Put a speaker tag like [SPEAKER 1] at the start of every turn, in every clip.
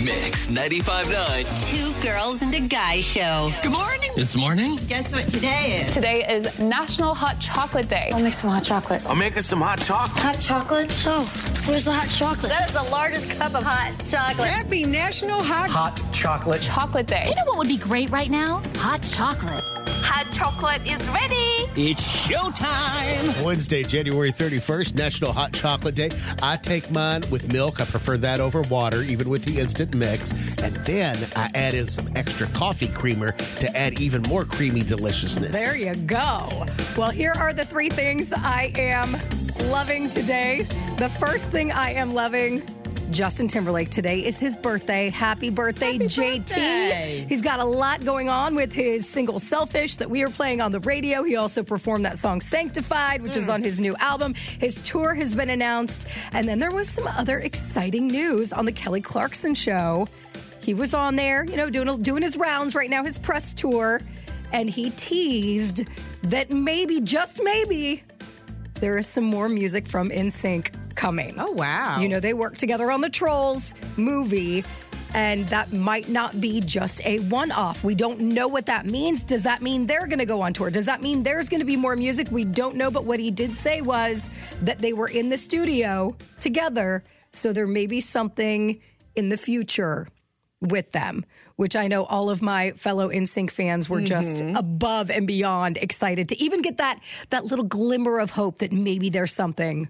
[SPEAKER 1] Mix 95.9.
[SPEAKER 2] Two girls and a guy show.
[SPEAKER 3] Good morning.
[SPEAKER 1] This morning?
[SPEAKER 3] Guess what today is?
[SPEAKER 4] Today is National Hot Chocolate Day.
[SPEAKER 5] I'll make some hot chocolate.
[SPEAKER 6] I'm making some hot chocolate.
[SPEAKER 7] Hot chocolate? So, where's the hot chocolate?
[SPEAKER 8] That is the largest cup of hot chocolate.
[SPEAKER 3] Happy National Hot.
[SPEAKER 9] hot chocolate.
[SPEAKER 4] Chocolate Day.
[SPEAKER 7] You know what would be great right now? Hot chocolate.
[SPEAKER 8] Hot chocolate is ready.
[SPEAKER 1] It's showtime.
[SPEAKER 10] Wednesday, January 31st, National Hot Chocolate Day. I take mine with milk. I prefer that over water, even with the instant mix. And then I add in some extra coffee creamer to add even more creamy deliciousness.
[SPEAKER 11] There you go. Well, here are the three things I am loving today. The first thing I am loving. Justin Timberlake today is his birthday. Happy birthday, JT. He's got a lot going on with his single Selfish that we are playing on the radio. He also performed that song Sanctified, which is on his new album. His tour has been announced. And then there was some other exciting news on the Kelly Clarkson show. He was on there, you know, doing doing his rounds right now, his press tour, and he teased that maybe, just maybe, there is some more music from NSYNC coming.
[SPEAKER 3] Oh, wow.
[SPEAKER 11] You know, they worked together on the Trolls movie, and that might not be just a one off. We don't know what that means. Does that mean they're going to go on tour? Does that mean there's going to be more music? We don't know. But what he did say was that they were in the studio together, so there may be something in the future with them, which I know all of my fellow NSYNC fans were just
[SPEAKER 3] Mm-hmm.
[SPEAKER 11] above and beyond excited to even get that that little glimmer of hope that maybe there's something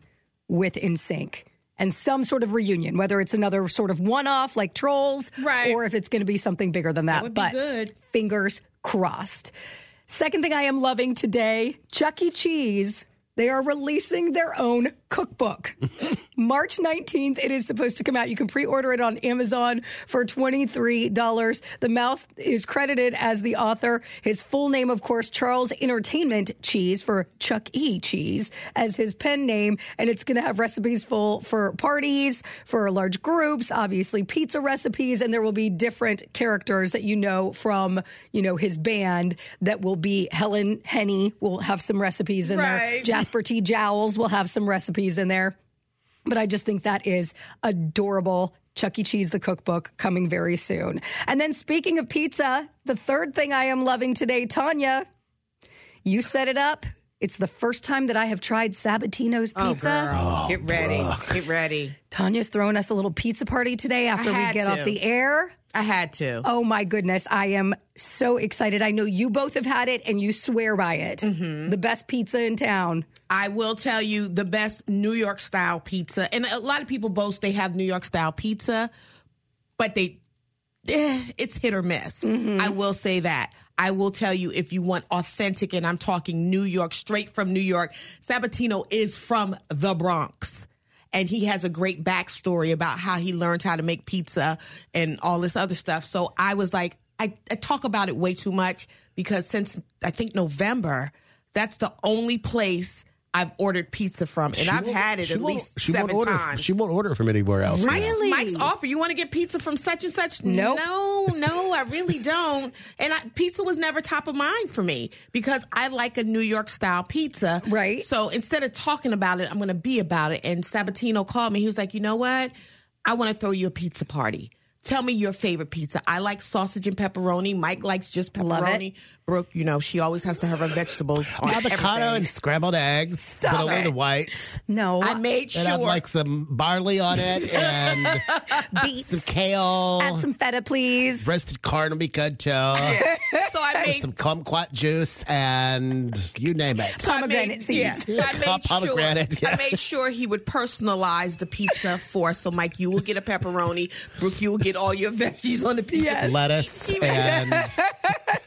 [SPEAKER 11] with NSYNC and some sort of reunion, whether it's another sort of one-off like Trolls,
[SPEAKER 3] Right.
[SPEAKER 11] or if it's going to be something bigger than that.
[SPEAKER 3] would be
[SPEAKER 11] but
[SPEAKER 3] good.
[SPEAKER 11] fingers crossed. Second thing I am loving today, Chuck E. Cheese. They are releasing their own cookbook. March 19th, it is supposed to come out. You can pre order it on Amazon for $23. The mouse is credited as the author. His full name, of course, Charles Entertainment Cheese for Chuck E. Cheese as his pen name. And it's going to have recipes full for parties, for large groups, obviously pizza recipes. And there will be different characters that you know from, you know, his band that will be Helen Henny will have some recipes in there.
[SPEAKER 3] Right.
[SPEAKER 11] Jasper T. Jowls will have some recipes in there. But I just think that is adorable. Chuck E. Cheese, the cookbook, coming very soon. And then speaking of pizza, the third thing I am loving today, Tanya, you set it up. It's the first time that I have tried Sabatino's
[SPEAKER 3] Oh,
[SPEAKER 11] pizza.
[SPEAKER 3] girl. Get ready. Get ready.
[SPEAKER 11] Tanya's throwing us a little pizza party today after we
[SPEAKER 3] had
[SPEAKER 11] get off
[SPEAKER 3] to.
[SPEAKER 11] the air.
[SPEAKER 3] I had to.
[SPEAKER 11] Oh my goodness, I am so excited. I know you both have had it and you swear by it.
[SPEAKER 3] Mm-hmm.
[SPEAKER 11] The best pizza in town.
[SPEAKER 3] I will tell you the best New York style pizza. And a lot of people boast they have New York style pizza, but they eh, it's hit or miss.
[SPEAKER 10] Mm-hmm.
[SPEAKER 3] I will say that. I will tell you if you want authentic and I'm talking New York straight from New York, Sabatino is from the Bronx. And he has a great backstory about how he learned how to make pizza and all this other stuff. So I was like, I, I talk about it way too much because since I think November, that's the only place I've ordered pizza from. And
[SPEAKER 10] She
[SPEAKER 3] I've
[SPEAKER 10] won't-
[SPEAKER 3] had it
[SPEAKER 10] she
[SPEAKER 3] at
[SPEAKER 10] won't
[SPEAKER 3] least
[SPEAKER 10] she won't
[SPEAKER 3] seven
[SPEAKER 10] order,
[SPEAKER 3] times.
[SPEAKER 10] She won't order from anywhere else.
[SPEAKER 3] Mike's,
[SPEAKER 10] now.
[SPEAKER 11] Really?
[SPEAKER 3] Mike's offer. You want to get pizza from such and such?
[SPEAKER 11] Nope.
[SPEAKER 3] No, no, I really don't. And I, pizza was never top of mind for me because I like a New York style pizza.
[SPEAKER 11] Right.
[SPEAKER 3] So instead of talking about it, I'm going to be about it. And Sabatino called me. He was like, you know what? I want to throw you a pizza party. Tell me your favorite pizza. I like sausage and pepperoni. Mike likes just
[SPEAKER 11] Love it.
[SPEAKER 3] pepperoni. Brooke, you know, she always has to have her vegetables on
[SPEAKER 10] Avocado
[SPEAKER 3] everything.
[SPEAKER 10] and scrambled eggs.
[SPEAKER 11] Stop
[SPEAKER 10] put away
[SPEAKER 11] it.
[SPEAKER 10] the whites.
[SPEAKER 11] No,
[SPEAKER 3] I made
[SPEAKER 10] And
[SPEAKER 3] sure.
[SPEAKER 10] I'd like some barley on it and
[SPEAKER 11] beets.
[SPEAKER 10] some kale.
[SPEAKER 11] Add some feta, please.
[SPEAKER 10] roasted corn will be good too.
[SPEAKER 3] so I made
[SPEAKER 10] some kumquat juice and you name it.
[SPEAKER 3] So I made-
[SPEAKER 11] Pomegranate seeds.
[SPEAKER 3] Yeah. So I
[SPEAKER 10] Pom-
[SPEAKER 3] made
[SPEAKER 10] pomegranate,
[SPEAKER 3] sure
[SPEAKER 10] yeah.
[SPEAKER 3] I made sure he would personalize the pizza for us. So Mike, you will get a pepperoni. Brooke, you will get all your veggies on the pizza.
[SPEAKER 11] Yes.
[SPEAKER 10] Lettuce and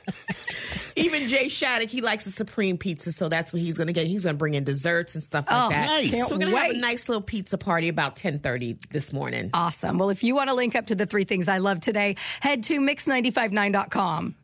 [SPEAKER 3] Even Jay Shattuck, he likes a supreme pizza, so that's what he's gonna get. He's gonna bring in desserts and stuff like
[SPEAKER 11] Oh,
[SPEAKER 3] that.
[SPEAKER 10] nice.
[SPEAKER 3] So we're gonna have
[SPEAKER 11] Wait.
[SPEAKER 3] a nice little pizza party about ten thirty this morning.
[SPEAKER 11] Awesome. Well, if you want to link up to the three things I love today, head to mix959.com.